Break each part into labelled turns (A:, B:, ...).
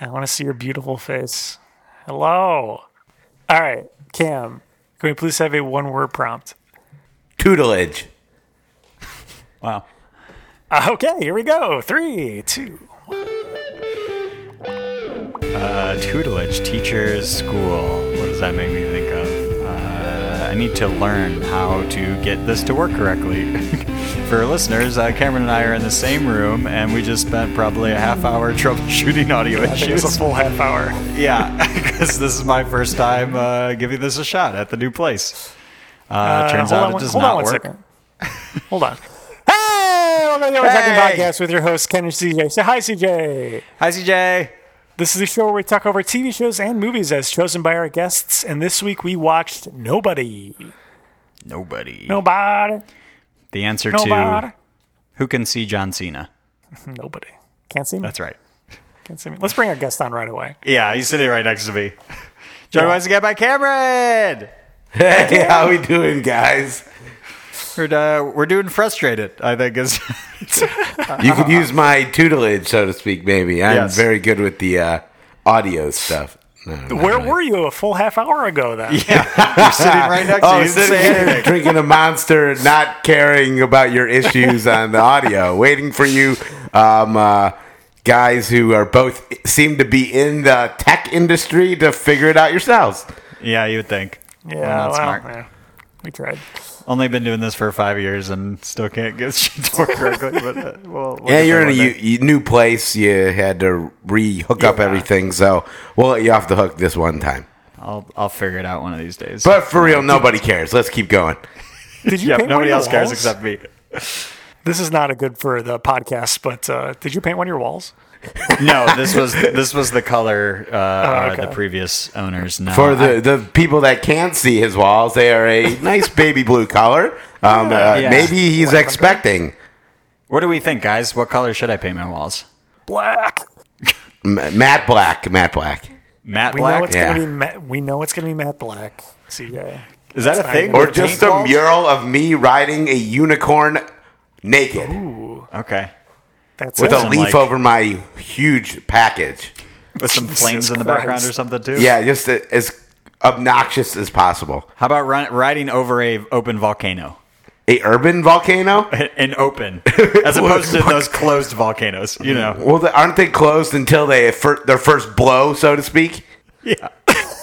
A: I want to see your beautiful face. Hello. All right, Cam. Can we please have a one-word prompt?
B: Tutelage. Wow.
A: Uh, Okay, here we go. Three, two.
C: Uh, tutelage, teachers, school. What does that make me think of? Uh, I need to learn how to get this to work correctly. For listeners, uh, Cameron and I are in the same room, and we just spent probably a half hour troubleshooting audio
A: I think it's
C: issues.
A: a full half hour.
C: yeah, because this is my first time uh, giving this a shot at the new place. Uh, turns
A: hold
C: out
A: on
C: it
A: one-
C: does
A: hold on
C: not
A: one
C: work.
A: second. Hold on. Hey, welcome to the Always Talking
C: Hey!
A: Podcast with your host, Ken and CJ. Say hi, CJ.
C: Hi, CJ.
A: This is the show where we talk over TV shows and movies as chosen by our guests. And this week we watched Nobody.
C: Nobody.
A: Nobody.
C: The answer
A: Nobody.
C: to who can see John Cena.
A: Nobody. Can't see me.
C: That's right.
A: Can't see me. Let's bring our guest on right away.
C: Yeah, he's sitting right next to me. Joined once again by Cameron.
B: Hey, how we doing, guys?
C: We're, uh, we're doing frustrated. I think is
B: You could use my tutelage, so to speak, maybe. I'm
C: Yes.
B: very good with the uh, audio stuff. No, not
A: Where
B: really.
A: were you a full half hour ago then?
C: you're sitting right next
B: Oh,
C: to you.
B: sitting here drinking a monster, not caring about your issues on the audio, waiting for you, um, uh, guys who are both seem to be in the tech industry to figure it out yourselves.
C: Yeah, you would think.
A: Yeah,
C: I'm not
A: well,
C: smart.
A: yeah. We tried.
C: Only been doing this for five years and still can't get shit to work correctly. But uh, we'll, we'll
B: Yeah,
C: get
B: you're
C: there
B: in a
C: one
B: u-
C: day.
B: you- new place. You had to re hook up
A: Yeah.
B: everything, so we'll let you off the hook this one time.
C: I'll I'll figure it out one of these days.
B: But for real, nobody cares. Let's keep going.
A: Did you
C: yep,
A: paint
C: nobody
A: one
C: else
A: of your
C: cares
A: walls?
C: except me.
A: This is not a good for the podcast, but uh, did you paint one of your walls?
C: No, this was this was the color uh, are
A: okay.
C: the previous owners. No,
B: For
C: I-
B: the, the people that can't see his walls, they are a nice baby blue color. Um, uh,
C: Yeah.
B: Maybe he's expecting.
C: what do we think, guys? What color should I paint my walls?
A: Black.
B: M- Matt Black, Matt Black.
C: Matte
A: We
C: black.
A: know it's
B: Yeah.
A: gonna be Matt, we know it's gonna be Matt Black. CJ.
C: Is that a
A: That's
C: thing?
A: fine.
B: Or
C: With
B: just
C: paint
B: a
C: walls?
B: mural of me riding a unicorn naked
C: Okay.
A: That's
B: with
A: it.
B: a
C: Some,
B: leaf
C: like-
B: over my huge package.
C: With some flames in the
A: Christ.
C: background or something too.
B: Yeah, just a, as obnoxious as possible.
C: How about run, riding over a open volcano?
B: A urban volcano?
C: An open, as opposed to those closed volcanoes. You know.
B: Well, they, aren't they closed until they fir- their first blow, so to speak?
C: Yeah.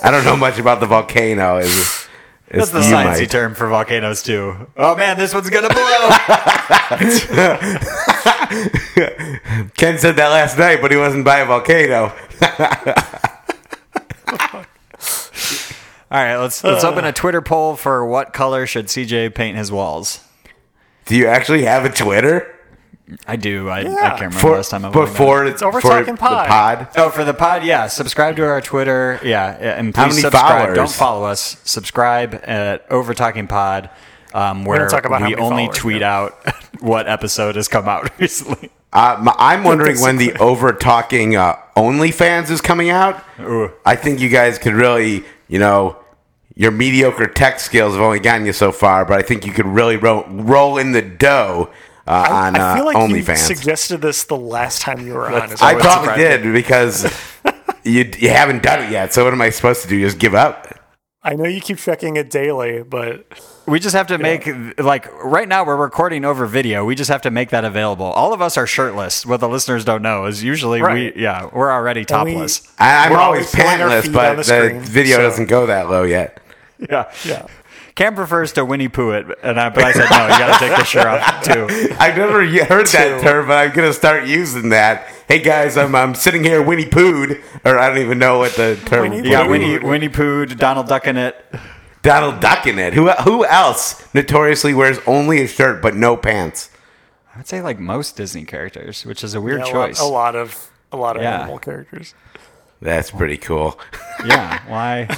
B: I don't know much about the volcano. Is
C: That's the sciencey term for volcanoes too. Oh man, this one's gonna blow.
B: Ken said that last night, but he wasn't by a volcano.
C: All right, let's let's
B: Uh.
C: open a Twitter poll for what color should CJ paint his walls.
B: Do you actually have a Twitter?
C: I do. I, I
A: Yeah.
C: can't remember
B: For,
C: last time I went
B: before it's
A: over talking pod.
B: pod.
C: Oh, for the pod, yeah. Subscribe to our Twitter, yeah, yeah, and please
B: many
C: subscribe.
B: followers?
C: Don't follow us. Subscribe at Over Talking Pod, um, where
A: talk about how
C: we
A: many
C: only
A: followers,
C: tweet out what episode has come out recently.
B: Uh, my- I'm wondering when the over talking uh, OnlyFans is coming out. I think you guys could really, you know, your mediocre tech skills have only gotten you so far, but I think you could really ro- roll in the dough uh, on
A: I feel like
B: uh,
A: you
B: OnlyFans.
A: suggested this the last time you were on. is
B: I
A: what-
B: probably did because you, you haven't done it yet. So what am I supposed to do? Just give up?
A: I know you keep checking it daily, but
C: We just have to make like right now we're recording over video. We just have to make that available. All of us are shirtless. What the listeners don't know is usually
A: Right.
C: we yeah we're already
A: we-
C: topless.
B: I, I'm
A: We're
B: always
A: always showing our
B: pantless,
A: feet
B: but
A: on the
B: the,
A: screen,
B: video
A: so-
B: doesn't go that low yet.
C: yeah.
A: yeah.
C: Cam prefers to Winnie Pooh it, and I, but I said no. You got to take the shirt off too.
B: I've never y- heard that term, but I'm gonna start using that. Hey guys, I'm I'm sitting here Winnie Poohed, or I don't even know what the term.
A: Winnie
C: Yeah,
A: Pooh.
C: Winnie Winnie Pooh, Donald Duck in it.
B: Donald Duck in it. Who who else notoriously wears only a shirt but no pants?
C: I would say like most Disney characters, which is a weird
A: a lot,
C: choice.
A: a lot of a lot of
C: Yeah.
A: animal characters.
B: That's pretty cool.
C: Yeah, why?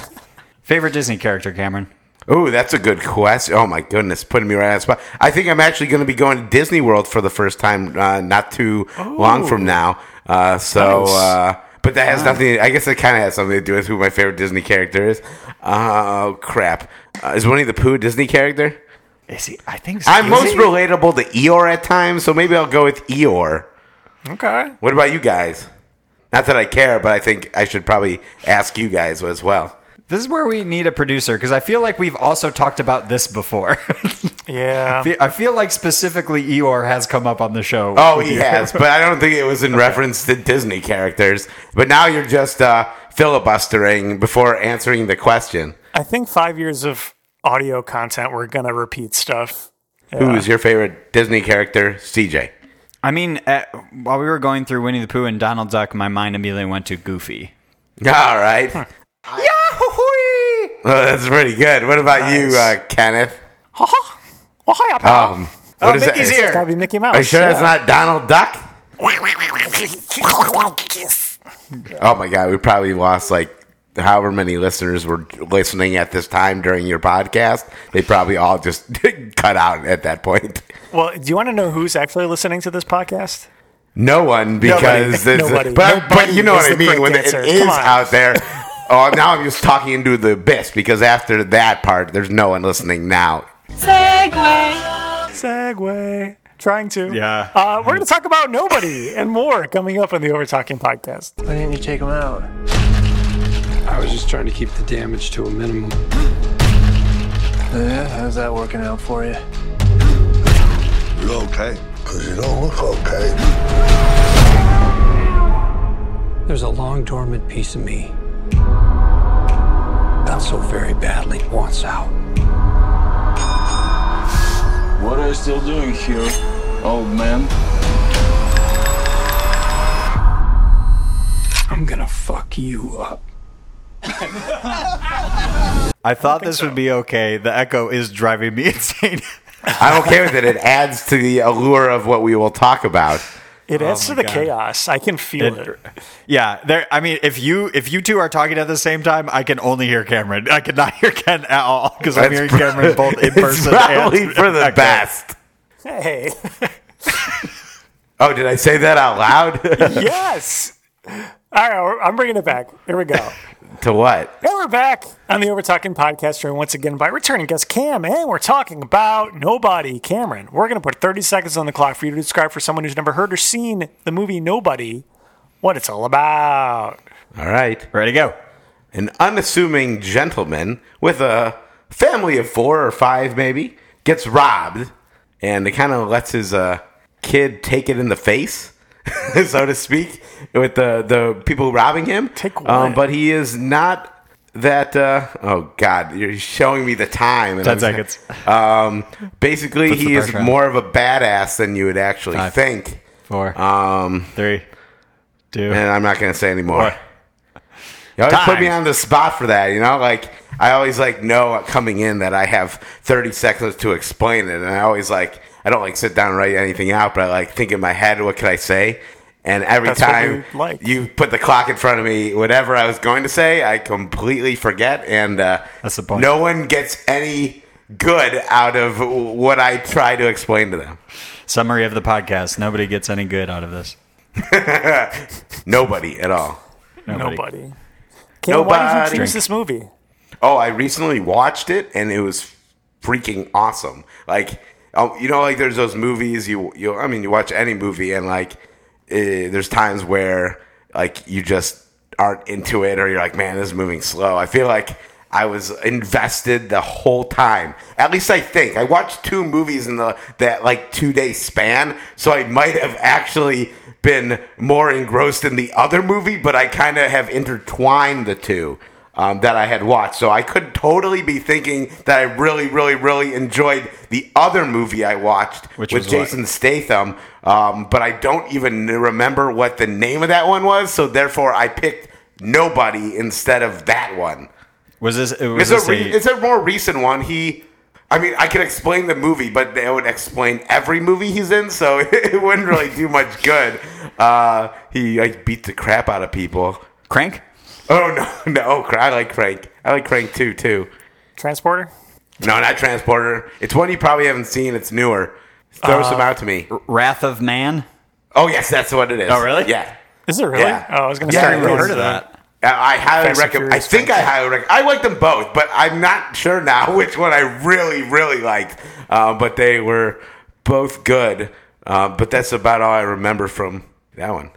C: Favorite Disney character, Cameron?
B: Oh, that's a good question. Oh my goodness, putting me right on the spot. I think I'm actually going to be going to Disney World for the first time uh, not too long from now. Uh, so,
C: Oh. Nice.
B: uh, but that has nothing. I guess it kind of has something to do with who my favorite Disney character is. Oh crap! Uh, is Winnie the Pooh a Disney character?
C: Is he? I think
B: I'm most relatable to Eeyore at times, so maybe I'll go with Eeyore.
A: Okay.
B: What about you guys? Not that I care, but I think I should probably ask you guys as well.
C: This is where we need a producer because I feel like we've also talked about this before.
A: Yeah.
C: I feel like specifically Eeyore has come up on the show.
B: Oh, he has, but I don't think it was in reference to Disney characters. But now you're just uh, filibustering before answering the question.
A: I think five years of audio content, we're going to repeat stuff.
B: Who is your favorite Disney character? CJ.
C: I mean, uh while we were going through Winnie the Pooh and Donald Duck, my mind immediately went to Goofy.
B: All right.
C: Yahoo!
B: Well, that's pretty good. What about you, uh, Kenneth?
A: Ha ha. Well, hi, Uh, up.
B: Um, what is
C: Oh, Mickey's
B: that?
C: here.
A: It's gotta be Mickey Mouse.
B: Are you sure that's not Donald Duck? Oh my god, we probably lost like however many listeners were listening at this time during your podcast. They probably all just cut out at that point.
A: Well, do you want to know who's actually listening to this podcast?
B: No one because
A: Nobody.
B: it's-
A: Nobody.
B: But, but you know
A: Nobody is
B: what I
A: the
B: mean
A: correct
B: when
A: answer.
B: it is
A: Come on.
B: out there. Oh, now I'm just talking into the abyss because after that part, there's no one listening now.
D: Segway.
A: Segway. Trying to.
C: Yeah.
A: Uh, we're going to talk about nobody and more coming up on the Over Talking podcast.
E: Why didn't you take him out?
F: I was just trying to keep the damage to a minimum.
E: Yeah, how's that working out for you?
G: You okay? Because you don't look okay.
F: There's a long dormant piece of me that so very badly wants out.
H: What are you still doing here, old man?
F: I'm gonna fuck you up.
C: I thought this would be okay. The echo is driving me insane.
B: I'm okay with it. It adds to the allure of what we will talk about. Oh
A: It adds to the
C: my God.
A: chaos. I can feel it.
C: It- yeah, there. I mean, if you if you two are talking at the same time, I can only hear Cameron. I cannot hear Ken at all because I'm
B: That's
C: hearing
B: pro-
C: Cameron both in
B: It's
C: person.
B: probably
C: and
B: for the
C: echo.
B: best.
A: Hey.
B: Oh, did I say that out loud?
A: yes. All right. we're- I'm bringing it back. Here we go.
B: to what?
A: And we're back on the Over Talking podcast, joined once again by returning guest Cam, and we're talking about Nobody, Cameron. We're going to put 30 seconds on the clock for you to describe for someone who's never heard or seen the movie Nobody what it's all about.
B: All right.
C: Ready to go.
B: An unassuming gentleman with a family of four or five, maybe, gets robbed and it kind of lets his uh, kid take it in the face, so to speak, with the, the people robbing him.
A: Take
B: Um,
A: what?
B: but he is not that. Uh, oh, God, you're showing me the time. and
C: 10
B: I'm-
C: seconds.
B: Um, basically,
C: Puts the
B: he is
C: pressure on.
B: more of a badass than you would actually
C: Five.
B: think.
C: Four,
B: Um,
C: three, two.
B: and I'm not going to say anymore.
C: Four.
B: You always put
C: Times.
B: me on the spot for that, you know? Like I always like know coming in that I have 30 seconds to explain it and I always like I don't like sit down and write anything out, but I like think in my head what can I say? And every
A: That's what
B: time
A: we like.
B: you put the clock in front of me, whatever I was going to say, I completely forget and uh
C: That's the point.
B: no one gets any good out of what I try to explain to them.
C: Summary of the podcast. Nobody gets any good out of this.
B: Nobody at all.
A: Nobody. Cam, why did
B: Nobody.
A: you choose this movie?
B: Oh, I recently watched it and it was freaking awesome. Like, oh, you know, like there's those movies you you. I mean, you watch any movie and like, eh, there's times where like you just aren't into it or you're like, man, this is moving slow. I feel like I was invested the whole time. At least I think I watched two movies in the that like two day span, so I might have actually been more engrossed in the other movie, but I kind of have intertwined the two um, that I had watched. So I could totally be thinking that I really, really, really enjoyed the other movie I watched
C: Which
B: with
C: was what?
B: Jason Statham, um, but I don't even remember what the name of that one was. So therefore, I picked Nobody instead of that one.
C: Was this? Was
B: It's
C: this
B: a, re-
C: a-
B: it's a more recent one. He. I mean, I could explain the movie, but that would explain every movie he's in, so it wouldn't really do much good. Uh, he like beat the crap out of people.
C: crank?
B: Oh no, no! Oh, cra- I like Crank. I like Crank too, too.
A: Transporter?
B: No, not Transporter. It's one you probably haven't seen. It's newer. Throw some out to me.
C: Wrath of Man.
B: Oh yes, that's what it is.
C: Oh, really?
B: Yeah.
A: Is it really?
B: Yeah.
A: Oh, I was going to
B: Yeah,
A: say.
B: I never
A: it was,
B: heard
C: of
A: uh,
C: that.
B: I I
A: Fast
B: highly
A: and
B: recommend. I
A: Furious
B: think I highly recommend. I like them both, but I'm not sure now which one I really, really liked. Uh, but they were both good. Uh, but that's about all I remember from that one.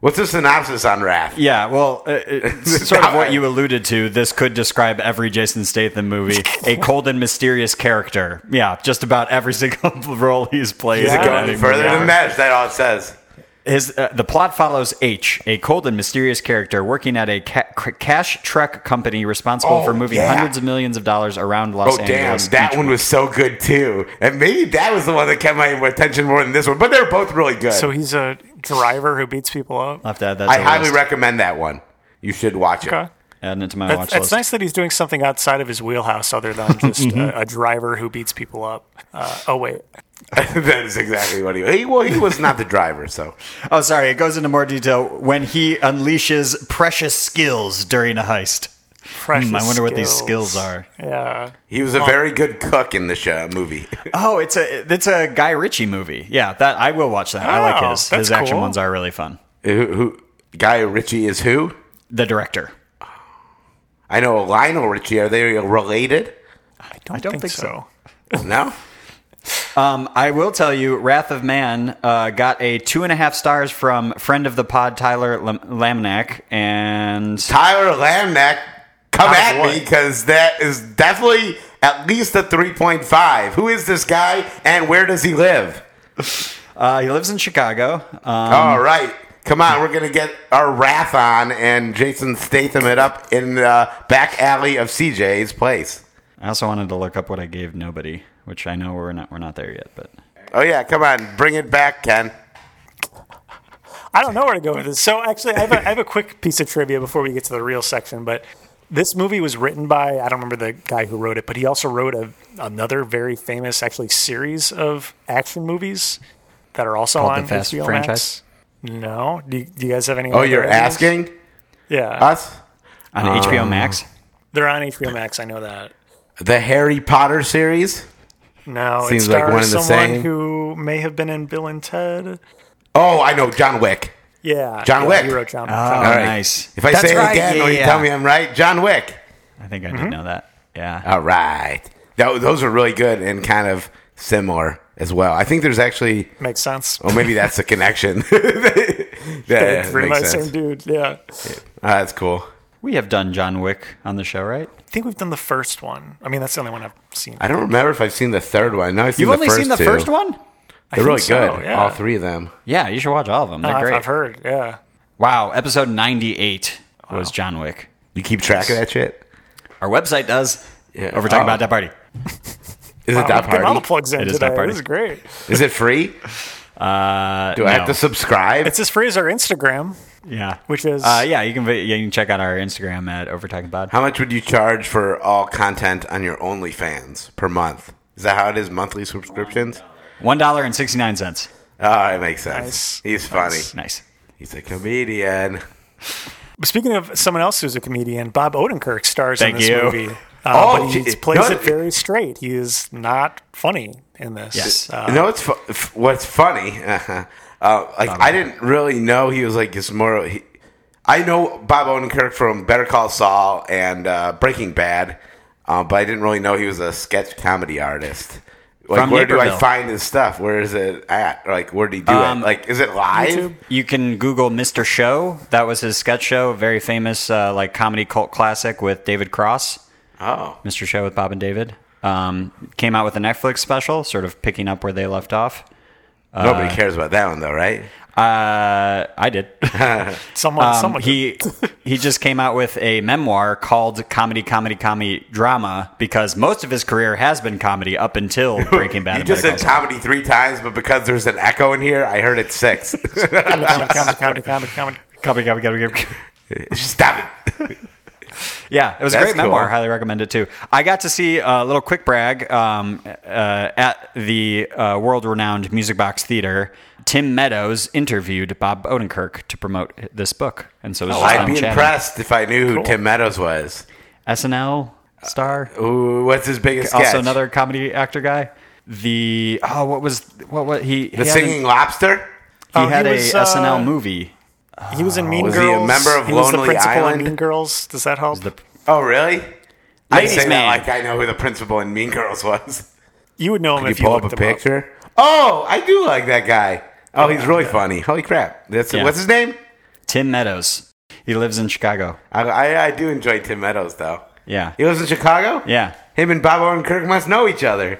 B: What's the synopsis on Wrath?
C: Yeah, well, uh, it's sort of what you alluded to. This could describe every Jason Statham movie. A cold and mysterious character. Yeah, just about every single role he's played.
B: Does it
C: in
B: go
C: any
B: any further
C: movie.
B: than that? Is that all it says?
C: His, uh, the plot follows H, a cold and mysterious character working at a ca- c- cash truck company responsible
B: Oh,
C: for moving
B: yeah.
C: hundreds of millions of dollars around Los
B: Oh damn,
C: Angeles.
B: that
C: each
B: one
C: week.
B: was so good too, and maybe that was the one that kept my attention more than this one. But they're both really good.
A: So
B: So
A: he's a driver who beats people up.
C: I'll have to add that.
B: I
C: to the
B: highly
C: list.
B: recommend that one. You should watch it.
A: Okay.
C: adding it to my watch
A: That's, that's
C: list.
A: nice that he's doing something outside of his wheelhouse other than just a, a driver who beats people up. Uh, oh, wait.
B: that is exactly what he. he well, he was not the driver, so
C: Oh, sorry. It goes into more detail when he unleashes precious skills during a heist.
A: Precious
C: Hmm, I wonder what these skills are.
A: Yeah.
B: he was a very good cook in the show movie.
C: Oh, it's a it's a Guy Ritchie movie. Yeah, that I will watch that. I like
A: Oh,
C: his.
A: that's
C: His action
A: cool.
C: ones are really fun.
B: who, who Guy Ritchie is who?
C: The director.
B: I know Lionel Richie. Are they related?
A: I don't,
C: don't
A: think,
C: think
A: so.
C: so.
B: No.
C: Um, I will tell you, Wrath of Man uh, got a two and a half stars from friend of the pod Tyler Lam- Lamnack, and
B: Tyler Lamneck, come
C: Out of
B: at
C: what?
B: me because that is definitely at least a 3.5. Who is this guy and where does he live?
C: uh, he lives in Chicago. Um,
B: All right. Come on, we're going to get our wrath on and Jason Statham it up in the back alley of CJ's place.
C: I also wanted to look up what I gave nobody, which I know we're not we're not there yet, but
B: Oh, yeah, come on, bring it back, Ken.
A: I don't know where to go with this. So actually, I have, a, I have a quick piece of trivia before we get to the real section. But this movie was written by I don't remember the guy who wrote it, but he also wrote a, another very famous, actually, series of action movies that are also
C: Called
A: on
C: the Fast
A: HBO
C: franchise?
A: Max. No, do you, do you guys have any?
B: Oh,
A: other
B: you're
A: ideas?
B: asking
A: Yeah,
B: us?
C: on HBO Max.
A: they're on HBO Max. I know that.
B: The Harry Potter series?
A: No, it
B: Seems like
A: stars
B: one and the
A: someone
B: same.
A: who may have been in Bill and Ted.
B: Oh, I know, John Wick.
A: Yeah,
B: John
A: yeah,
B: Wick. Ah.
A: He wrote John.
C: Oh,
A: John Wick.
B: All right.
C: nice.
B: If I
C: That's
B: say it
C: right,
B: again,
C: yeah,
B: will you
C: yeah.
B: tell me I'm right? John Wick.
C: I think I did know that. Yeah.
B: All right. Tho- those are really good and kind of similar as well. I think there's actually,
A: Makes sense.
B: well, maybe that's the connection. yeah,
A: It's pretty much
B: makes
A: the
B: sense.
A: same dude. Yeah,
B: Ah, that's cool.
C: We have done John Wick on the show, right?
A: I think we've done the first one. I mean, that's the only one I've seen.
B: I don't remember if I've seen the third one. No, I've seen
C: You've
B: the
C: only
B: first
C: seen the
B: two.
C: first one?
B: They're really
A: so,
B: good.
A: yeah.
B: All three of them.
C: Yeah, you should watch all of them. They're
A: Oh, I've,
C: great.
A: I've heard. Yeah.
C: Wow, episode 98 was John Wick.
B: You keep track of that shit?
C: Our website does.
B: Yeah.
C: Or we're talking
B: Oh.
C: about that party.
B: Is it
A: Wow,
B: that
A: we get all the Uh,
B: party?
A: plugs in
C: It is
A: today.
C: that party.
A: This is great.
B: Is it free?
C: Uh,
B: Do I have to subscribe?
A: It's as free as our Instagram,
C: Yeah.
A: which is
C: Uh, yeah, you can vi- you can check out our Instagram at Overtalking Pod.
B: how much would you charge for all content on your OnlyFans per month? Is that how it is? Monthly subscriptions?
C: One dollar and sixty nine cents.
B: Oh, it makes sense.
A: Nice.
B: He's funny.
C: Nice.
B: He's a comedian.
A: Speaking of someone else who's a comedian, Bob Odenkirk stars
C: Thank
A: in this
C: you.
A: movie. Uh,
B: Oh,
A: but he
B: gee.
A: plays
B: No.
A: it very straight. He is not funny in this.
C: Yes.
A: Uh,
B: You know what's fu- f- what's funny? uh, like I didn't really know he was like his more. He, I know Bob Odenkirk from Better Call Saul and uh, Breaking Bad, uh, but I didn't really know he was a sketch comedy artist. Like,
C: From
B: where do I
C: Naperville.
B: find his stuff? Where is it at? Like, where do he do
C: Um,
B: it? Like, is it live?
A: YouTube?
C: You can Google Mr. Show. That was his sketch show, a very famous uh, like comedy cult classic with David Cross.
B: Oh,
C: Mr. Show with Bob and David. Um, came out with a Netflix special, sort of picking up where they left off.
B: nobody cares about that one though, right?
C: Uh, I did.
A: someone,
C: Um,
A: someone.
C: he he just came out with a memoir called "Comedy, Comedy, Comedy Drama" because most of his career has been comedy up until Breaking Bad.
B: You
C: and
B: just
C: Better
B: said
C: Call Saul.
B: comedy three times, but because there's an echo in here, I heard it six.
A: comedy, comedy, comedy, comedy, comedy.
C: Comedy, comedy, comedy, comedy.
B: Stop it.
C: Yeah, it was a
B: That's
C: great memoir.
B: cool.
C: Highly recommend it too. I got to see a little quick brag um, uh, at the uh, world-renowned Music Box Theater. Tim Meadows interviewed Bob Odenkirk to promote this book, and so it was just
B: Oh, I'd
C: them
B: be
C: chatting.
B: impressed if I knew who Tim Meadows was.
C: SNL
B: Uh,
C: star,
B: Ooh, what's his biggest sketch?
C: also another comedy actor guy. The oh, what was what what he
B: the
C: he
B: singing lobster.
C: Had,
A: Oh,
C: he
A: he
C: had a
A: was, uh,
C: SNL movie.
A: He was in Mean
B: was he a
A: Girls.
B: member of
A: He was the
B: Lonely
A: principal
B: Island?
A: in Mean Girls. Does that help?
C: The-
B: Oh, really? I
C: Ladies'
B: say that
C: man.
B: like I know who the principal in Mean Girls was.
A: you would know him
B: You
A: if you
B: pull up
A: looked
B: a
A: him
B: picture. Oh, I do like that guy. Oh, he's really funny. Holy crap! That's
C: Yeah.
B: what's his name?
C: Tim Meadows. He lives in Chicago.
B: I, I, I do enjoy Tim Meadows though.
C: Yeah.
B: He lives in Chicago.
C: Yeah.
B: Him and Bob Owen Kirk must know each other.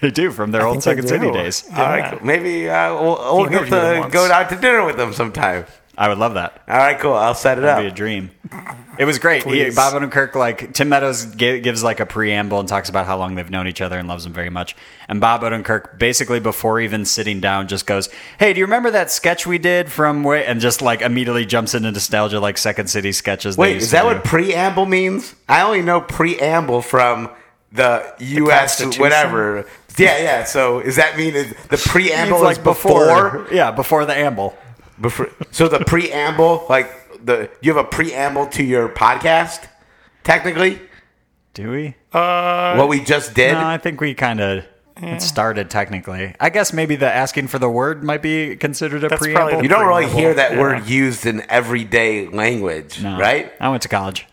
C: They do from their
A: think
C: old Second
A: they
C: City
A: do.
C: days.
A: Yeah.
B: All right, cool. maybe uh, we'll, we'll
A: He
B: get
A: interviewed him
B: to
A: once.
B: go out to dinner with them sometime.
C: I would love that.
B: All right, cool. I'll set it
C: That'd be a
B: up.
C: dream. It was great. He,
A: Please.
C: Bob Odenkirk, like Tim Meadows, gi- gives like a preamble and talks about how long they've known each other and loves them very much. And Bob Odenkirk, basically before even sitting down, just goes, "Hey, do you remember that sketch we did from where?" And just like immediately jumps into nostalgia, like Second City sketches. they
B: Wait,
C: used
B: is that
C: to
B: what
C: do.
B: preamble means? I only know preamble from the U.S.
A: Constitution?
B: whatever. Yeah, yeah. So does that mean it- the
C: It's
B: preamble is before?
C: Yeah, before the amble.
B: before? So the preamble, like the you have a preamble to your podcast, technically.
C: Do we?
A: Uh,
B: what we just did.
C: No, I think we kind of it started technically. I guess maybe the asking for the word might be considered a
A: That's probably
C: preamble.
A: the
B: you don't really
A: preamble,
B: hear that
A: yeah.
B: word used in everyday language,
C: No.
B: right?
C: I went to college.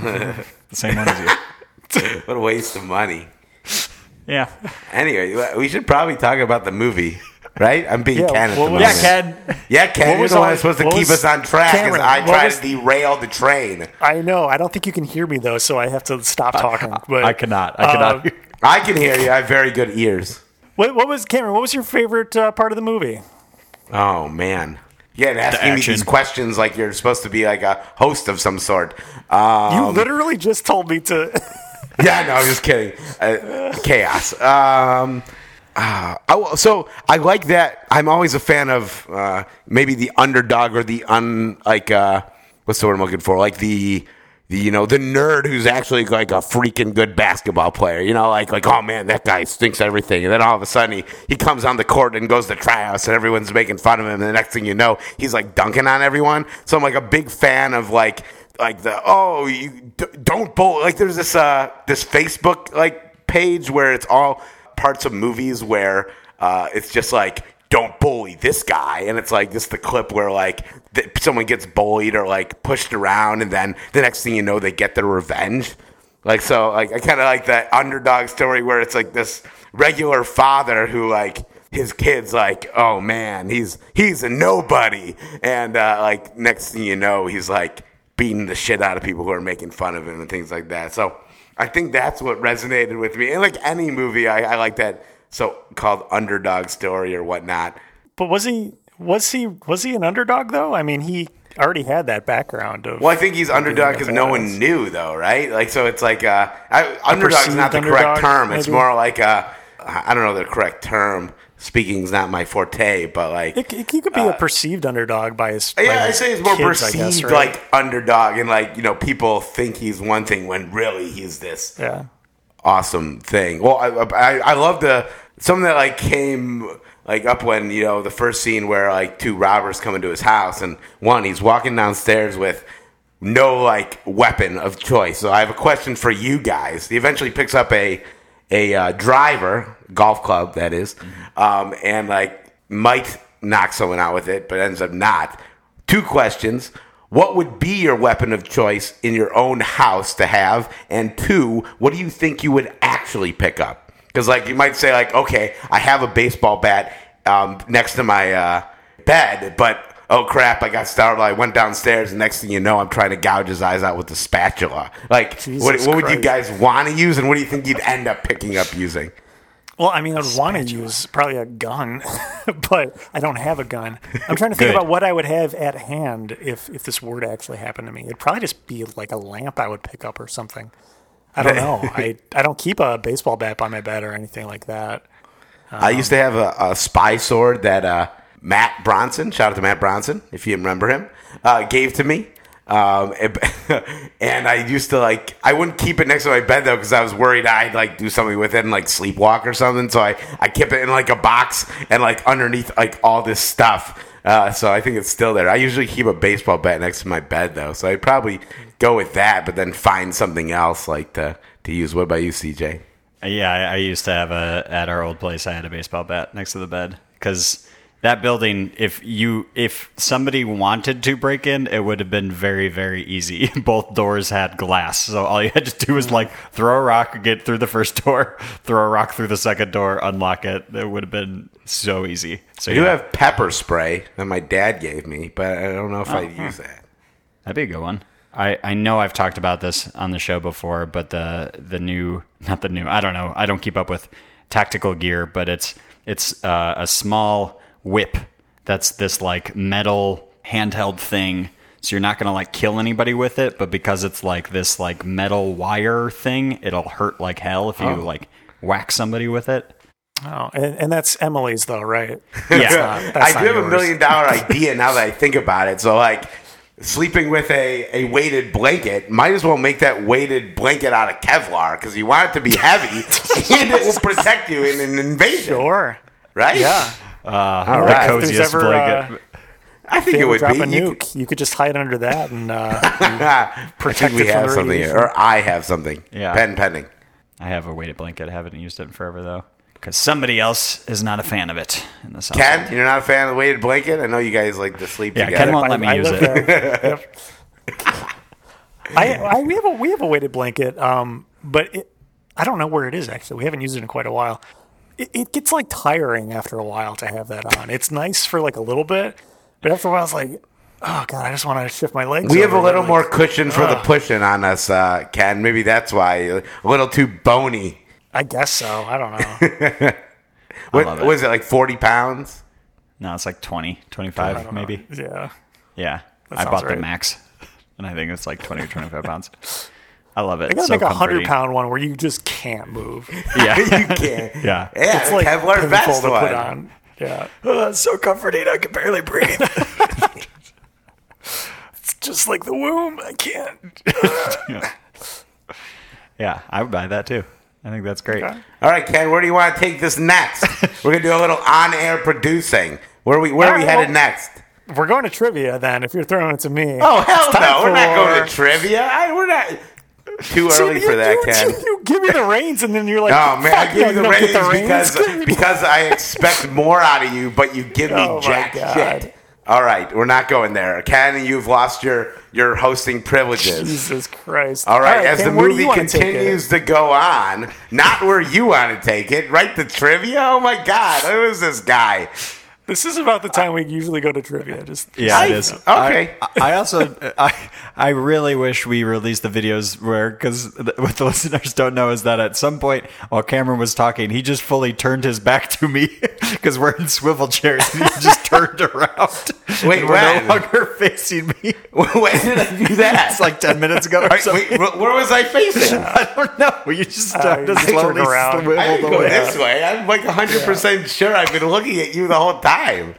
C: the same one as you.
B: What a waste of money.
C: Yeah.
B: Anyway, we should probably talk about the movie, right? I'm being
A: Yeah,
B: Ken at the
A: what was-
B: moment.
C: Yeah, Ken.
B: Yeah, Ken,
A: What
B: you're
A: was
B: the one
A: all-
B: that's supposed to
A: what
B: keep
A: was-
B: us on track 'cause
A: Cameron,
B: I
A: what
B: try
A: was-
B: to derail the train.
A: I know. I don't think you can hear me though, so I have to stop talking. But
C: I cannot. I cannot.
A: Uh,
B: I can hear you. I have very good ears.
A: what, what was Cameron? What was your favorite uh, part of the movie?
B: Oh, man. Yeah, and asking me
C: action.
B: these questions like you're supposed to be like a host of some sort. Um,
A: You literally just told me to.
B: yeah, no, I'm just kidding. Uh, chaos. Um, uh, I- so I like that. I'm always a fan of uh, maybe the underdog or the un like uh, what's the word I'm looking for? Like the. The, you know the nerd who's actually like a freaking good basketball player. You know, like like oh man, that guy stinks at everything. And then all of a sudden he, he comes on the court and goes to tryouts, and everyone's making fun of him. And the next thing you know, he's like dunking on everyone. So I'm like a big fan of like like the oh you d- don't bull like there's this uh this Facebook like page where it's all parts of movies where uh it's just like don't bully this guy and it's like just the clip where like th- someone gets bullied or like pushed around and then the next thing you know they get their revenge like so like I kind of like that underdog story where it's like this regular father who like his kids like oh man he's he's a nobody and uh, like next thing you know he's like beating the shit out of people who are making fun of him and things like that. So I think that's what resonated with me. And like any movie, I, I like that so called underdog story or whatnot.
A: but was he? Was he? Was he an underdog though? I mean, he already had that background of.
B: Well, I think he's underdog because no one
A: Yes.
B: knew, though, right? Like, so it's like uh, I, underdog is
A: perceived
B: not the correct
A: underdog,
B: term. It's
A: maybe?
B: more like uh, I I don't know the correct term. Speaking's not my forte, but like
A: It, it- he could be a perceived underdog by his. by
B: Uh, Yeah, I
A: his
B: say it's more
A: kids, I
B: perceived
A: guess, right?
B: like underdog, and like you know, people think he's one thing when really he's this
A: Yeah.
B: awesome thing. Well, I, I, I love the something that like came like up when you know the first scene where like two robbers come into his house, and one he's walking downstairs with no like weapon of choice. So I have a question for you guys. He eventually picks up a a uh, driver golf club that is, um, and like might knock someone out with it, but ends up not. Two questions. What would be your weapon of choice in your own house to have? And two, what do you think you would actually pick up? Because like you might say like, okay, I have a baseball bat um, next to my uh, bed, but oh crap, I got startled. I went downstairs, and next thing you know, I'm trying to gouge his eyes out with the spatula. Like, what,
A: Jesus
B: what would you
A: Christ.
B: guys want to use, and what do you think you'd end up picking up using?
A: Well, I mean, I'd want to use probably a gun, but I don't have a gun. I'm trying to think
C: Good.
A: about what I would have at hand if if this were to actually happen to me. It'd probably just be like a lamp I would pick up or something. I don't know. I I don't keep a baseball bat by my bed or anything like that.
B: I used to have a, a spy sword that uh, Matt Bronson, shout out to Matt Bronson, if you remember him, uh, gave to me. Um, and, and I used to like, I wouldn't keep it next to my bed though, because I was worried I'd like do something with it and like sleepwalk or something. So I, I kept it in like a box and like underneath like all this stuff. Uh, so I think it's still there. I usually keep a baseball bat next to my bed though. So I'd probably go with that, but then find something else like to, to use. What about you, CJ?
C: Yeah, I, I used to have a at our old place. I had a baseball bat next to the bed because that building, if you if somebody wanted to break in, it would have been very very easy. Both doors had glass, so all you had to do was like throw a rock, get through the first door, throw a rock through the second door, unlock it. It would have been so easy. So
B: I do
C: yeah,
B: have pepper spray that my dad gave me, but I don't know if I'd
A: Oh,
B: use that.
C: that'd be a good one. I, I know I've talked about this on the show before, but the the new not the new I don't know I don't keep up with tactical gear, but it's it's uh, a small whip that's this like metal handheld thing. So you're not gonna like kill anybody with it, but because it's like this like metal wire thing, it'll hurt like hell if you like whack somebody with it.
A: Oh, and, and that's Emily's though, right?
C: Yeah,
A: That's
B: I
A: not
B: do have a
A: yours.
B: million dollar idea now that I think about it. So like sleeping with a, a weighted blanket, might as well make that weighted blanket out of Kevlar because you want it to be heavy and it will protect you in an invasion,
A: Sure.
B: right?
A: Yeah.
B: All
C: the
B: right.
A: there's
C: coziest
A: ever,
C: blanket.
B: I think
A: They
B: it
A: would
B: would
A: drop
B: be.
A: a
B: You
A: nuke. You could just hide under that and uh,
B: could- I think
A: Protected
B: we
A: from
B: have
A: the
B: something,
A: radiation.
B: or I have something.
C: Yeah.
B: Pen pending.
C: I have a weighted blanket. I haven't used it in forever though, because somebody else is not a fan of it in this house.
B: Ken, you're not a fan of the weighted blanket? I know you guys like to sleep
C: Yeah,
B: together.
C: Ken won't let me
A: I
C: use
A: live
C: it.
A: there. Yep. I, I we have a we have a weighted blanket, um, but it, I don't know where it is actually. We haven't used it in quite a while. It, it gets like tiring after a while to have that on. It's nice for like a little bit, but after a while, it's like, oh god, I just want to shift my legs.
B: We have
A: over.
B: a little
A: Like,
B: more cushion for the pushing on us, uh, Ken. Maybe that's why. A little too bony.
A: I guess so. I don't know.
C: love
B: What
C: it.
B: was it, like 40 pounds?
C: No, it's like 20, 25 maybe.
A: yeah.
C: Yeah, I
A: sounds
C: bought
A: right.
C: the max, and I think it's like twenty or twenty-five pounds. I love it.
A: I gotta
C: so
A: make a hundred
C: comforting.
A: pound one where you just can't move.
C: Yeah,
B: Yeah.
C: yeah.
B: Yeah,
A: It's
B: the
A: like
B: Kevlar
A: painful
B: vest
A: to
B: one.
A: put on. Yeah,
C: Oh, it's so comforting. I can barely breathe.
A: it's just like the womb. I can't.
C: yeah, I would buy that too. I think that's great.
B: All right, Ken, where do you want to take this next? We're gonna do a little on-air producing. Where are we where are
A: All
B: we
A: right, well-
B: headed next?
A: We're going to trivia then. If you're throwing it to me,
B: Oh hell
A: time
B: no, we're not
A: for-
B: going to trivia. I, we're not too
A: See,
B: early
A: you-
B: for that,
A: you,
B: Ken.
A: You, you give me the reins, and then you're like,
B: Oh man, I
A: "Fuck,
B: give you the
A: don't
B: reins,
A: get
B: because because I expect more out of you, but you give me
A: Oh, my
B: jack
A: God.
B: shit. All right, we're not going there, Ken. You've lost your your hosting privileges.
A: Jesus Christ!
B: All right, as
A: Ken,
B: the
A: where do
B: movie
A: you wanna take it?
B: continues to go on, not where you want to take it, right? The trivia. Oh my God, who is this guy?
A: this is about the time we usually go to trivia. Just
C: Yeah,
B: I-
C: it is.
B: okay.
C: I, I also, I, I really wish we released the videos where, because what the listeners don't know is that at some point while Cameron was talking, he just fully turned his back to me because we're in swivel chairs and he just turned around.
B: Wait,
C: And we're
B: when?
C: no longer facing me.
B: when did I do that?
C: That's like ten minutes ago. Or
B: All right,
C: something.
B: wait, wh- where was I facing?
C: I don't know. You just started
A: you
C: to
A: just
C: slowly
A: turned around.
C: swivel
B: I didn't
C: the
B: go
C: way.
B: this way. I'm like 100% sure I've been looking at you the whole time.
C: It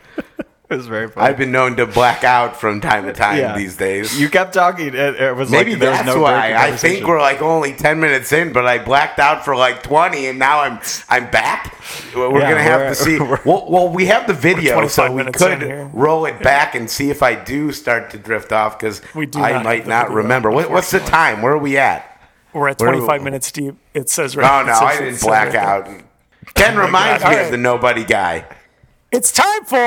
C: was very funny.
B: I've been known to black out from time to time
C: Yeah.
B: these days.
C: You kept talking. It, it was
B: Maybe
C: like there was
B: that's
C: no break
B: why.
C: in
B: I think
C: conversation.
B: we're like only 10 minutes in, but I blacked out for like 20 and now I'm I'm back. We're
C: Yeah,
B: going to have
C: we're-
B: to see.
C: we're-
B: Well, well, we have the video,
A: 25
B: so we
A: minutes in here.
B: could roll it back and see if I do start to drift off because
A: We do not
B: I
A: have
B: might
A: the
B: not
A: video,
B: remember. What, what's the time? Where are we at?
A: we're at
B: Where do-
A: 25 minutes deep. It says
B: Oh,
A: right.
B: no,
A: it says
B: I
A: it
B: didn't
A: says
B: black
A: right-
B: out. Ken reminds
A: Oh God.
B: me
A: All
B: of
A: right.
B: the nobody guy.
A: It's time for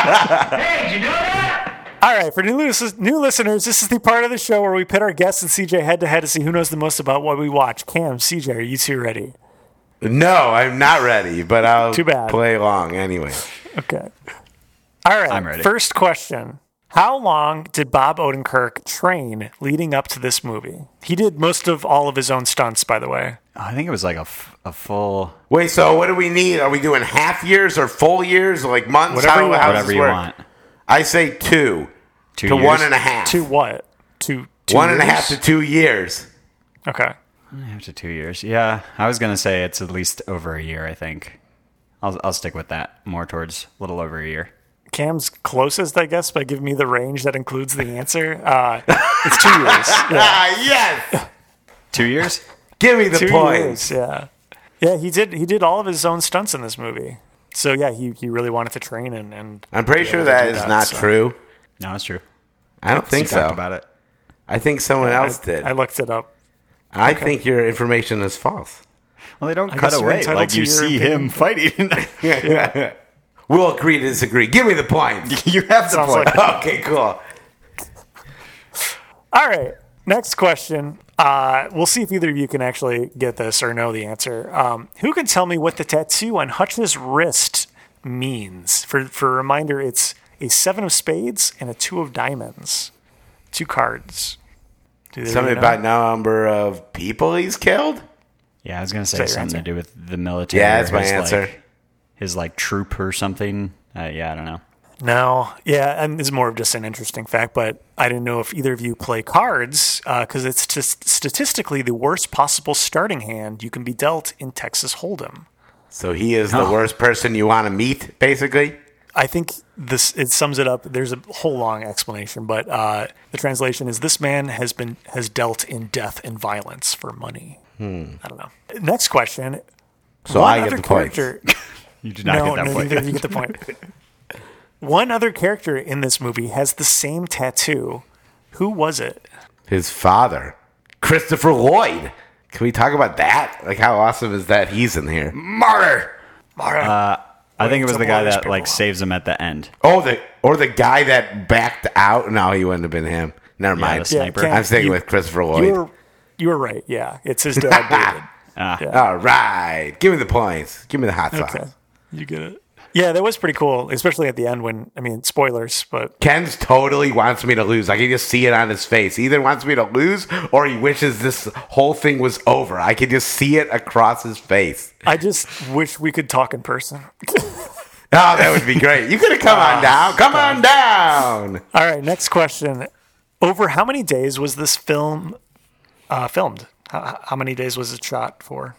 D: Hey, did you do that?
A: All right, for new, lis- new listeners, this is the part of the show where we pit our guests and CJ head to head to see who knows the most about what we watch. Cam, CJ, are you two ready?
B: No, I'm not ready, but I'll
A: Too bad.
B: play along anyway.
A: Okay. All right.
C: I'm ready.
A: First question How long did Bob Odenkirk train leading up to this movie? He did most of all of his own stunts, by the way.
C: I think it was like a, f- a full
B: Wait, so what do we need? Are we doing half years or full years or like months?
A: Whatever you want.
B: does
C: whatever
B: this
C: you
B: work?
C: want.
B: I say two,
C: Two
B: to
C: years?
B: one and a half.
A: To what? To two
B: One and a
A: years?
B: half to two years.
A: Okay.
C: Up to two years. Yeah, I was gonna say it's at least over a year. I think I'll I'll stick with that. More towards a little over a year.
A: Cam's closest, I guess, by giving me the range that includes the answer. Uh, it's two years. Yeah.
B: Ah, yes.
C: Two years.
B: Give me the
A: two
B: points.
A: years. Yeah, yeah. He did. He did all of his own stunts in this movie. So yeah, he he really wanted to train and and
B: I'm pretty sure that
A: do
B: is
A: that,
B: not
A: so.
B: true.
C: No, it's true.
B: I don't think
C: You talked
B: so.
C: about it.
B: I think someone else did.
A: I
B: I,
A: looked it up.
B: think your information is false.
C: Well, they don't
A: guess
C: cut
A: you're
C: away
A: entitled
C: like
A: to
C: you
A: your
C: see him fighting.
B: We'll agree to disagree. Give me the points.
C: you have the
A: Sounds
C: point.
A: like-
B: okay, cool.
A: All right. Next question. Uh, we'll see if either of you can actually get this or know the answer. Um, who can tell me what the tattoo on Hutch's wrist means? For for a reminder, it's a seven of spades and a two of diamonds, two cards. Do they
B: Something
A: know?
B: about number of people he's killed.
C: Yeah, I was gonna say
A: that your
C: something to
A: answer?
C: do with the military.
B: Yeah,
C: or
B: that's my
C: his,
B: answer.
C: Like, his like troop or something. Uh, yeah, I don't know.
A: No, yeah, and this is more of just an interesting fact, but I didn't know if either of you play cards because it's just statistically the worst possible starting hand you can be dealt in Texas Hold'em.
B: So he is the worst person you want to meet, basically.
A: I think this it sums it up. There's a whole long explanation, but uh, the translation is: This man has been has dealt in death and violence for money. I don't know. Next question.
B: So
A: One
B: Hmm. I get
A: other
B: the point.
C: You did not
A: no,
C: get that
A: no,
C: point.
A: neither of you get the point. One other character in this movie has the same tattoo. Who was it?
B: His father, Christopher Lloyd. Can we talk about that? Like, how awesome is that? He's in here. Martyr.
A: Uh,
C: I think it was
A: Some
C: the guy
A: Irish
C: that like
A: people.
C: saves him at the end.
B: Oh, the or the guy that backed out. No, he wouldn't have been him. Never mind.
C: the sniper.
A: Ken,
B: I'm sticking
A: you-
B: with Christopher
A: You
B: Lloyd.
A: were, you were right. Yeah, it's his dad, David.
B: All right, give me the points. Give me the hot sauce.
A: Okay, you get it. Yeah, that was pretty cool, especially at the end when I mean spoilers, but
B: Ken's totally wants me to lose. I can just see it on his face. He either wants me to lose or he wishes this whole thing was over. I can just see it across his face.
A: I just wish we could talk in person.
B: Oh, that would be great. You could have come on down. Come on down.
A: All right, next question. Over how many days was this film uh, filmed? How, how many days was it shot for?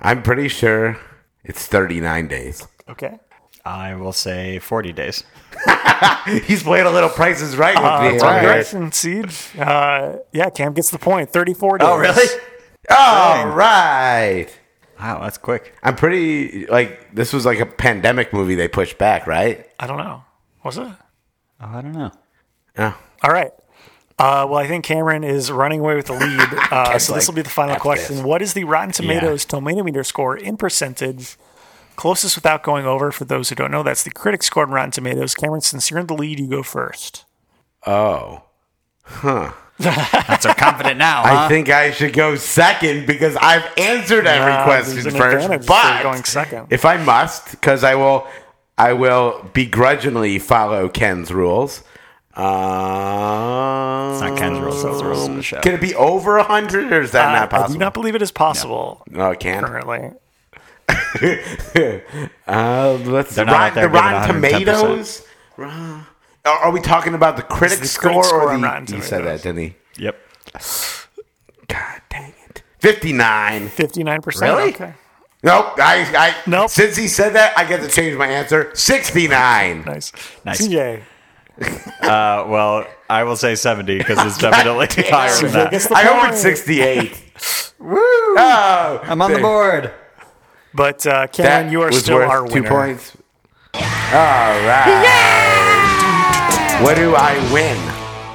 B: I'm pretty sure it's 39 days.
A: Okay.
C: I will say forty days.
B: He's playing a little prices right with me.
A: Tom
B: All right.
A: Gretchen, Siege. Uh, yeah, Cam gets the point. 34 days.
B: Oh, really? All right.
C: Wow, that's quick.
B: I'm pretty like this was like a pandemic movie they pushed back, right?
A: I don't know. Was it?
C: Oh, I don't know.
B: Oh.
A: All right. Uh, well, I think Cameron is running away with the lead. Uh, so this will be the final question. What is the Rotten Tomatoes tomato meter score in percentage? Closest without going over, for those who don't know, that's the critic score on Rotten Tomatoes. Cameron, since you're in the lead, you go first.
B: Oh.
C: That's so confident now. Huh?
A: Uh,
B: I think I should go second because I've answered every
A: Uh, there's
B: question
A: an advantage for
B: first. But
A: going second.
B: if I must, because I will, I will begrudgingly follow Ken's rules. Um,
C: it's not Ken's rules. It's the rules of the show.
B: Can it be over hundred, or is that not
A: Uh, I- I do
B: possible?
A: not believe it is possible
B: no, it can't.
A: currently.
B: Uh, let's
C: They're not out
B: Rotten-
C: there
B: the Rotten
C: giving 110%.
B: Tomatoes. Ro- Are are we talking about the critic
A: the
B: score,
A: critic score
B: or
A: on
B: the?
A: Rotten
B: He said
A: Tomatoes.
B: that, didn't he?
C: Yep.
B: God dang it! Fifty-nine.
A: 59%.
B: Really?
A: Okay.
B: Nope. I, I
A: Nope.
B: Since he said that, I get to change my answer. Sixty-nine.
A: Nice.
C: Nice.
A: CJ.
C: Uh, well, I will say seventy because it's definitely higher than
A: CJ
C: that.
A: gets the
B: I
A: point.
B: hope it's sixty-eight. Woo! Oh,
C: I'm on the board.
A: But uh, Cameron, you are
B: was
A: still
B: worth
A: our winner.
B: Two points. All right. What do I win?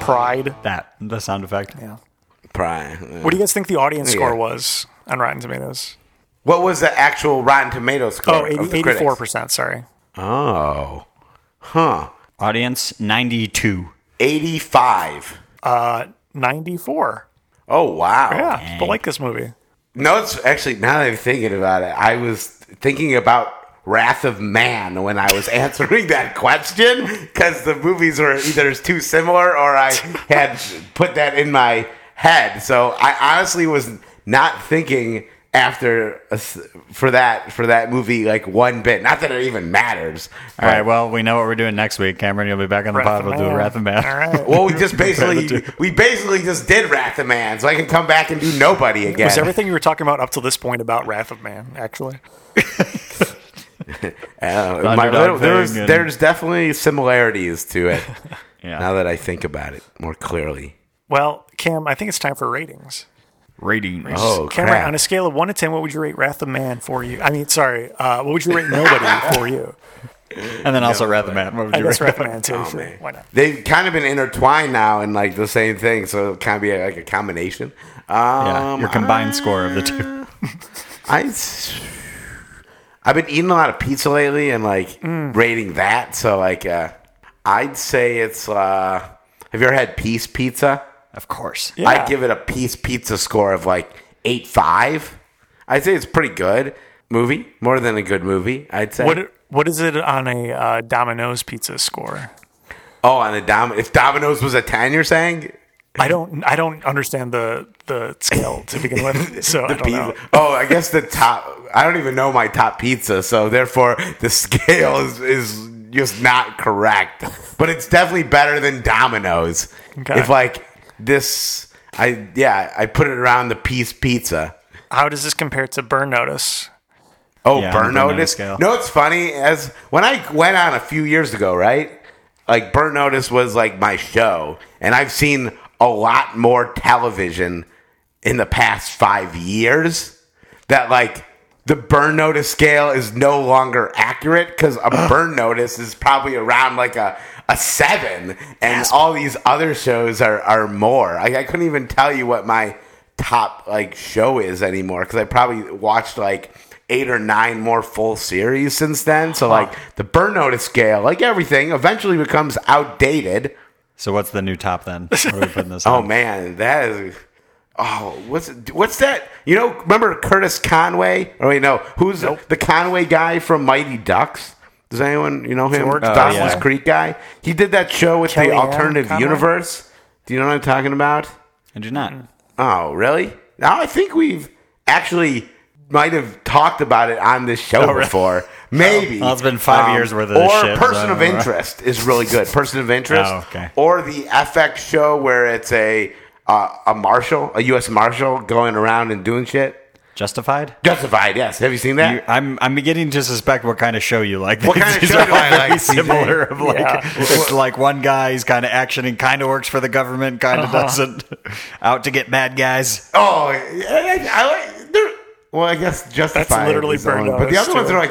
A: Pride.
C: That the sound effect.
B: Prime.
A: What do you guys think the audience
B: Yeah.
A: score was on Rotten Tomatoes?
B: What was the actual Rotten Tomatoes
A: Oh,
B: score?
A: 80,
B: of the critics?
A: 84%. Sorry.
B: Oh, huh.
C: Audience ninety-two.
B: Eighty-five.
A: 94.
B: Oh wow.
A: Yeah, people like this movie.
B: No, it's actually now that I'm thinking about it, I was thinking about Wrath of Man when I was answering that question because the movies were either too similar or I had put that in my head. So I honestly was not thinking after a s- for that for that movie like one bit. Not that it even matters.
C: All right. Well, we know what we're doing next week, Cameron. You'll be back on the pod. We'll do Wrath of Man.
A: All right.
B: Well, we just basically we basically just did Wrath of Man, so I can come back and do nobody again.
A: Was everything you were talking about up to this point about Wrath of Man, actually?
B: Uh,
C: The
B: my
C: underdog
B: little- there's,
C: thing and-
B: there's definitely similarities to it
C: Yeah.
B: now that I think about it more clearly.
A: Well, Cam, I think it's time for ratings.
C: Ratings.
B: Oh,
A: Cameron,
B: crap.
A: on a scale of 1 to 10, what would you rate Wrath of Man for you? I mean, sorry, uh, what would you rate Nobody for you?
C: and then also Wrath of Man. What would
A: I
C: you
A: guess
C: rate?
A: Wrath of Man, too. sure. Why not?
B: They've kind of been intertwined now in like the same thing, so it'll kind of be like a combination. Um,
C: Yeah, your combined score of the two.
B: I, have been eating a lot of pizza lately and like
A: Mm.
B: rating that. So like, uh, I'd say it's. Uh, have you ever had peace pizza?
C: Of course.
A: Yeah.
B: I give it a piece pizza score of like eight five. I'd say it's pretty good movie, more than a good movie. I'd say.
A: What what is it on a uh, Domino's pizza score?
B: oh, on a dom. If Domino's was a ten, you're saying
A: I don't I don't understand the the scale to begin with. So I don't know.
B: Pizza- Oh, I guess the top. I don't even know my top pizza, so therefore the scale is, is just not correct. But it's definitely better than Domino's.
A: Okay.
B: If like this, I yeah, I put it around the piece pizza.
A: How does this compare to Burn Notice?
B: Oh,
C: Yeah,
B: burn
C: on the
B: notice.
C: burn notice scale.
B: No, it's funny as when I went on a few years ago, right? Like burn notice was like my show, and I've seen a lot more television in the past five years. That like the burn notice scale is no longer accurate because a burn notice is probably around like a a seven, and all these other shows are are more. I, I couldn't even tell you what my top like show is anymore because I probably watched like eight or nine more full series since then. So like the burn notice scale, like everything, eventually becomes outdated.
C: So what's the new top then? What are we putting this
B: Oh
C: on?
B: man, that is. Oh, what's what's that? You know, remember Curtis Conway? Oh wait, no, who's the Conway guy from Mighty Ducks? Does anyone you know him?
A: George
B: Dawson's
C: yeah.
B: Creek guy. He did that show with the
A: Kellyanne
B: alternative
A: Conway?
B: universe. Do you know what I'm talking about?
C: I do not.
B: Oh, really? Now I think we've actually might have talked about it on this show
C: Oh, really?
B: before. Maybe. Um,
C: Well, it's been five years worth of
B: Or
C: this shit, so I
B: Person
C: don't
B: of
C: know.
B: Interest is really good. Person of Interest.
C: Oh, okay.
B: Or the FX show where it's a uh, a marshal, a U.S. marshal going around and doing shit.
C: Justified?
B: Justified, yes. Have you seen that?
C: You- I'm I'm beginning to suspect what kind of show you like.
B: What kind of
C: These
B: show
C: are
B: do I
C: all
B: like,
C: very
B: CJ?
C: Similar of like
A: Yeah.
C: it's like one guy he's kind of actioning, kind of works for the government, kind of doesn't. Out to get bad guys.
B: Oh, I, I, I like. they're- Well, I guess Justified.
A: literally
B: is the
A: Burn
B: one, But the
A: Notice,
B: other ones
A: too.
B: are like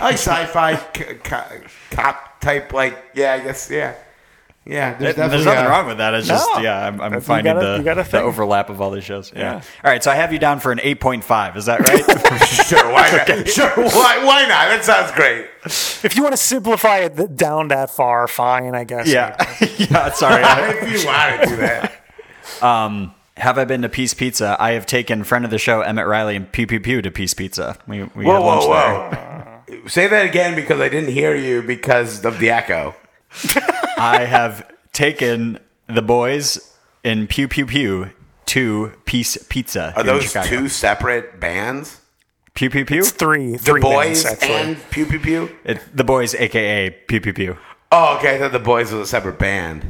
B: I like sci-fi c- co- cop type. Like, yeah, I guess, yeah, yeah. There's,
C: There's
B: definitely
C: nothing
B: a-
C: wrong with that. It's just
A: No.
C: yeah, I'm, I'm
A: That's- you
C: finding
A: gotta- you
C: the,
A: gotta
C: the
A: think.
C: overlap of all these shows. Yeah.
A: Yeah.
C: All right, so I have you down for an 8.5. Is that right?
B: Sure, why not? Sure, why, why not? That sounds great.
A: If you want to simplify it th- down that far, fine, I guess.
C: yeah. yeah. Sorry. I-
B: If you want to do that,
C: Have I been to Peace Pizza? I have taken friend of the show Emmett Riley and Pew Pew Pew to Peace Pizza. We, we
B: whoa,
C: had lunch
B: whoa,
C: there.
B: whoa. Say that again because I didn't hear you because of the echo.
C: I have taken the boys in Pew Pew Pew to Peace Pizza.
B: Are
C: in
B: those
C: Chicago.
B: two separate bands?
C: Pew Pew Pew?
A: It's three,
B: The
A: three
B: boys
A: bands, actually.
B: and Pew Pew Pew.
C: It, the boys, aka Pew Pew Pew.
B: Oh, okay. I thought the boys was a separate band.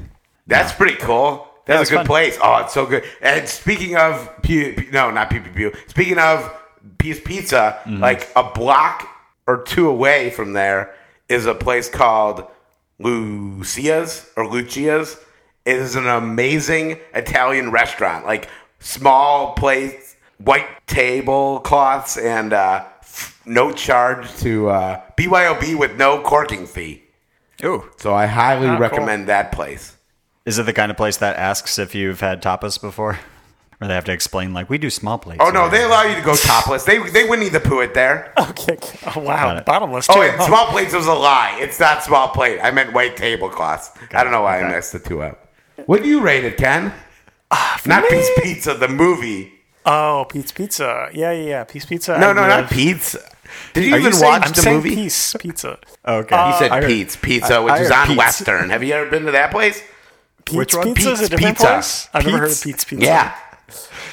B: That's pretty cool.
C: Yeah,
B: That's
C: it's
B: a good
C: fun.
B: place. Oh, it's so good. And speaking of Pew, Pew- no, not Pew Pew Pew. Speaking of Peace Pizza,
C: Mhm.
B: like a block or two away from there is a place called Lucia's or Lucia's. It is an amazing Italian restaurant, like small place, white tablecloths, and uh, f- no charge to uh, BYOB with no corking fee.
C: Ooh.
B: So I highly recommend that place.
C: Is it the kind of place that asks if you've had tapas before? Or they have to explain, like, we do small plates.
B: Oh no,
C: here.
B: they allow you to go topless. They they Winnie the Pooh it there.
A: Okay. Oh, wow.
C: it.
A: Bottomless.
B: Oh,
A: too,
B: wait,
A: huh?
B: small plates was a lie. It's not small plate. I meant white tablecloths. I don't know why I messed the two up. What do you rate it, Ken? not Pete's Pizza, the movie.
A: Oh, Pete's Pizza. Yeah, yeah, yeah. Pete's Pizza.
B: No, no,
A: I
B: not
A: love-
B: Pete's. Did
A: Are
B: you
A: you
B: even
A: saying-
B: watch
A: I'm
B: the
A: saying
B: movie?
A: Pete's Pizza.
C: Okay.
B: He
A: Uh, I
B: said
A: heard-
B: Pete's Pizza, which
C: I
B: is
C: heard
B: on
C: Pete's.
B: Western. Have you ever been to that place?
A: Pete's
C: Which one?
A: Pizza is a
B: Pete's
A: different
B: Pizza.
A: place. I've never heard of
C: Pete's?
A: Pete's Pizza.
B: Yeah,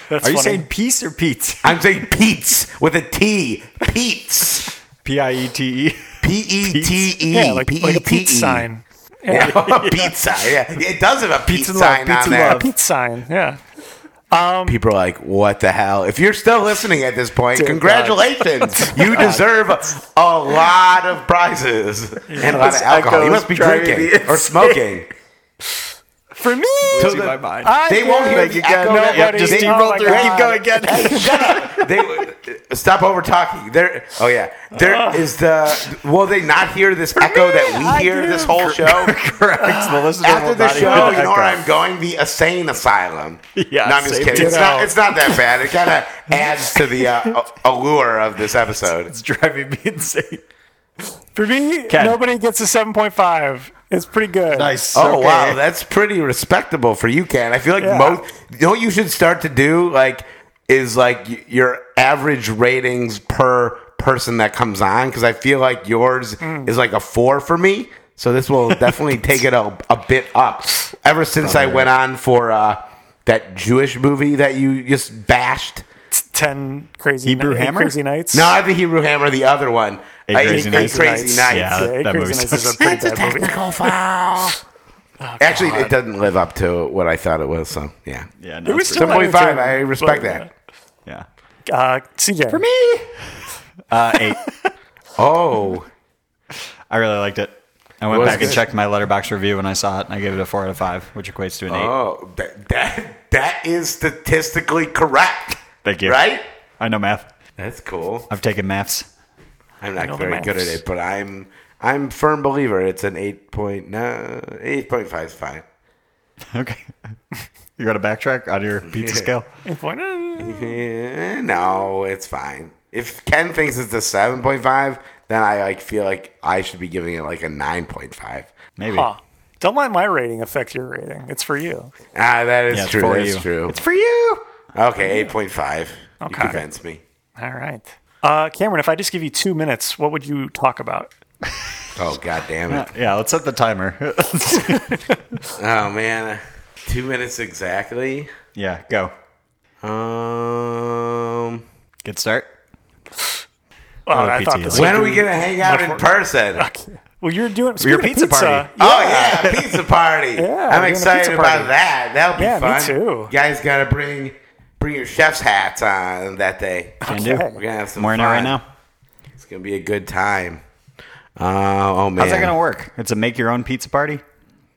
A: That's
C: Are
A: funny.
C: you saying Peace or Pete?
B: I'm saying Pete's with a T. Pete's.
C: P I E T E.
B: P E T E.
A: yeah, like, like a
B: P-E-T-E.
A: Pete's sign.
B: Yeah. pizza. Yeah, it does have a pizza,
C: Pizza love,
B: sign
C: pizza
B: on there.
A: A Pete's sign. Yeah.
B: People are like, "What the hell?" If you're still listening at this point, congratulations! you deserve a lot of prizes and a lot of alcohol. You must be drinking or smoking.
A: For me,
B: So
C: my
B: the-
C: mind.
A: I
B: They won't hear
A: think
B: the
A: you got
B: echo.
A: nobody.
B: Yep, just
A: Oh
B: steamroll
A: my
B: through.
A: God.
B: Keep going, Ken. they stop over talking. There. Oh yeah. There is the. Will they not hear this echo that
A: I
B: we hear
A: do.
B: this whole show?
C: Correct. The listener
B: After
C: will
B: the
C: not even
B: show, you know where
C: echo.
B: I'm going? The insane asylum.
C: Yeah,
B: no, I'm just
C: same
B: kidding. It's
A: ditto.
B: not, it's not that bad. It kind of adds to the uh, allure of this episode.
C: It's driving me insane.
A: For me,
C: Ken.
A: nobody gets a 7.5. It's pretty good.
I: Nice.
B: Oh
I: Okay.
B: wow, that's pretty respectable for you, Ken. I feel like
A: Yeah.
B: most. You know what you should start to do like is like y- your average ratings per person that comes on because I feel like yours
C: Mm.
B: is like a four for me. So this will definitely take it a, a bit up. Ever since I went on for uh, that Jewish movie that you just bashed.
A: Ten crazy
C: Hebrew
A: Ni-
C: Hammer?
A: crazy nights.
B: No, not the Hebrew Hammer, the other one.
C: Eight
B: I-
C: Crazy
B: Eight
C: Nights.
B: Crazy Nights.
C: Yeah,
A: Yeah, Eight
C: that
A: Crazy
C: movie
A: Nights is
C: sucks.
A: a pretty bad movie.
B: foul.
C: Oh,
B: Actually, it doesn't live up to what I thought it was. So yeah,
C: Yeah, no,
A: It was
C: it's
A: still
C: pretty-
B: 7.5, I respect
A: But,
B: that.
C: yeah.
A: Uh, CJ, for
B: me.
C: Uh, eight.
B: Oh,
C: I really liked it. I went
B: was
C: back and
B: good.
C: checked my letterbox review when I saw it, and I gave it a four out of five, which equates to an eight.
B: oh, that that, that is statistically correct.
C: Thank you.
B: Right?
C: I know math.
B: That's cool.
C: I've taken maths.
B: I'm not
A: know the
B: very good at
A: maths.
B: it, but I'm I'm firm believer. It's an eight point no eight point five is fine.
C: Okay. you got to backtrack on your pizza scale?
B: Eh, no, it's fine. If Ken thinks it's a seven point five, then I like feel like I should be giving it like a nine point five.
C: Maybe.
A: Huh. Ah, Don't let my rating affect your rating. It's for you.
B: Ah, that is
C: Yeah, it's
B: true.
C: for
B: That's
C: you.
B: true.
C: It's for you.
B: okay, eight point five. You
A: Okay.
B: convinced me.
A: All right. Uh, Cameron, if I just give you two minutes, what would you talk about?
B: Oh god damn it.
C: Yeah, let's set the timer.
B: Oh man. Two minutes exactly.
C: yeah, go.
B: Um
C: Good start.
A: Well,
C: Oh,
A: I thought
C: PTA.
A: this
B: When
A: would
B: are we
A: be-
B: going to hang out in person?
A: Well, you're doing speaking of
C: pizza party.
B: Oh yeah, pizza party! I'm
A: we're doing a
B: excited
A: pizza
B: about
A: party.
B: that. That'll be
A: Yeah, me
B: fun.
A: too.
B: You guys got to bring bring your chef's hats on that day.
C: Can do.
B: We're gonna have some
C: I'm wearing it
B: fun.
C: right now.
B: It's gonna be a good time. Uh, oh man,
C: How's that going to work? It's a make your own pizza party?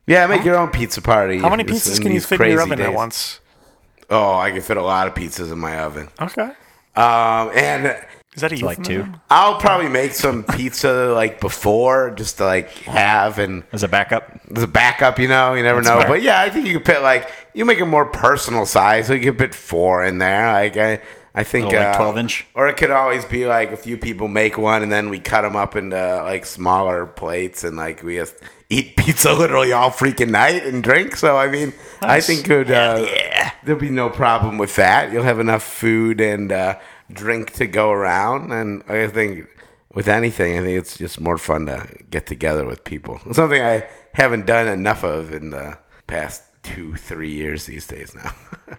B: Yeah, make your own pizza party.
A: How many
B: It's
A: pizzas
B: in
A: can you
B: these
A: fit in your
B: crazy
A: oven at
B: days.
A: once?
B: Oh, I can fit a lot of pizzas in my oven.
A: Okay.
B: Um, and
A: Is that a
C: Like two?
A: euphemism?
B: I'll probably make some pizza like before, just to like have and
C: As a backup?
B: as a backup, you know, you never know.
C: fair.
B: But yeah, I think you could put like you make a more personal size, so you could put four in there. Like I, I think
C: Little, Oh, like,
B: uh,
C: 12-inch?
B: or it could always be like a few people make one and then we cut them up into like smaller plates and like we just eat pizza literally all freaking night and drink. So I mean, I think could uh, there'll be no problem with that. You'll have enough food and uh, drink to go around, and I think with anything, I think it's just more fun to get together with people. It's something I haven't done enough of in the past two, three years these days now.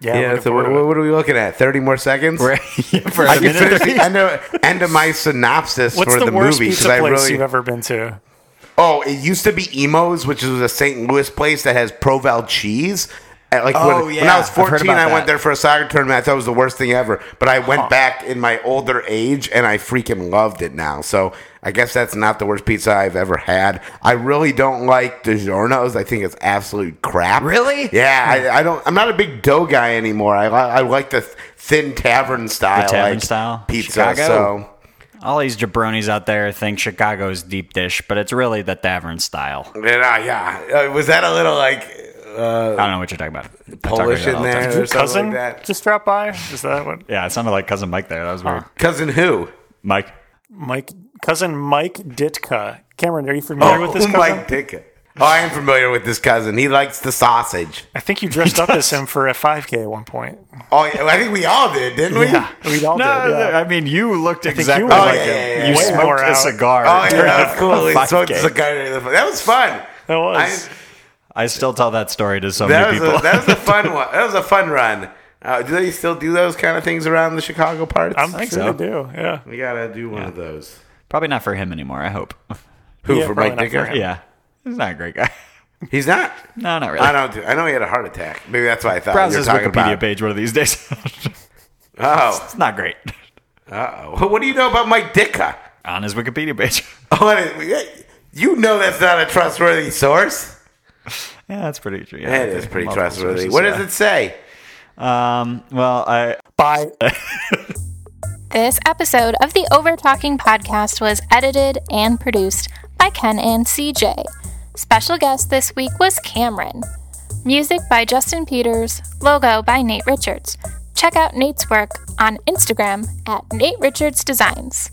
A: Yeah.
B: yeah.
A: looking
B: So
A: forward
B: what,
A: to it.
B: what are we looking at? Thirty more seconds.
C: For
B: I
C: a
B: can
C: minute.
B: finish the end of, end of my synopsis
A: What's
B: for
A: the,
B: the,
A: worst
B: movie because
A: pizza
B: I
A: place
B: really.
A: you've ever been to?
B: oh, it used to be Emos, which is a St. Louis place that has Provel cheese. At, like
C: Oh,
B: when, when
C: yeah.
B: I was
C: I've heard
B: 14,
C: about
B: I went
C: that.
B: there for a soccer tournament. I thought it was the worst thing ever. But I went back in my older age and I freaking loved it now. So I guess that's not the worst pizza I've ever had. I really don't like DiGiorno's. I think it's absolute crap.
C: Really? Hmm.
B: Yeah. I, I don't. I'm not a big dough guy anymore. I, li- I like the thin tavern style.
C: tavern
B: like,
C: style?
B: pizza.
C: Chicago?
B: So.
C: All these jabronis out there think Chicago's deep dish, but it's really the tavern style.
B: And, uh, yeah, uh, was that a little like
C: I don't know what you're talking about. I talk about
B: Polish
C: that
B: in
C: all the time.
B: there or something
A: Cousin
B: like that?
A: just dropped by. Is that what
C: Yeah, it sounded like cousin Mike there. That was weird.
B: Cousin who?
C: Mike.
A: Mike cousin Mike Ditka? Cameron, are you familiar with this cousin?
B: Mike Oh, Dick. Oh, I am familiar with this cousin. He likes the sausage.
A: I think you dressed up as him for a 5K at one point.
B: Oh, yeah, I think we all did, didn't we?
A: Yeah, we all did. Yeah.
C: I mean you looked exactly
A: were
C: like
B: like
C: him.
B: him.
C: You
B: Way
A: more
C: smoked a
A: out.
C: cigar.
B: Oh, yeah,
C: during
B: that was
C: a
B: cool. He
C: 5K.
B: smoked the cigar. in the- That was fun.
A: That was.
B: I-
C: I still tell that story to so
B: that
C: many
B: was
C: people.
B: a, that was a fun one. That was a fun run. Uh, do they still do those kind of things around the Chicago parts?
A: I'm
C: think
A: sure
C: so.
A: they do. Yeah.
B: we gotta do one of those.
C: Probably not for him anymore, I hope.
B: Who
A: Yeah,
B: for
A: probably
B: Mike
A: not for
B: Dicker?
A: him.
C: Yeah. He's not a great guy.
B: He's not.
C: No, not really.
B: I don't. Do, I know he had a heart attack. Maybe that's why I thought
C: Browse
B: you were
C: his
B: talking
C: Wikipedia
B: about.
C: page one of these days.
B: Oh,
C: it's not great.
B: Uh-oh. What do you know about Mike Ditka?
C: On his Wikipedia page.
B: Oh, and it- You know that's not a trustworthy source.
C: yeah, that's pretty true. Yeah,
B: It
C: okay.
B: is pretty
C: Multiple
B: trustworthy.
C: sources,
B: What
C: yeah.
B: does it say?
C: Um, well, I
A: Bye.
J: This episode of the Over Talking podcast was edited and produced by Ken and CJ. Special guest this week was Cameron. Music by Justin Peters, logo by Nate Richards. Check out Nate's work on Instagram at Nate Richards Designs.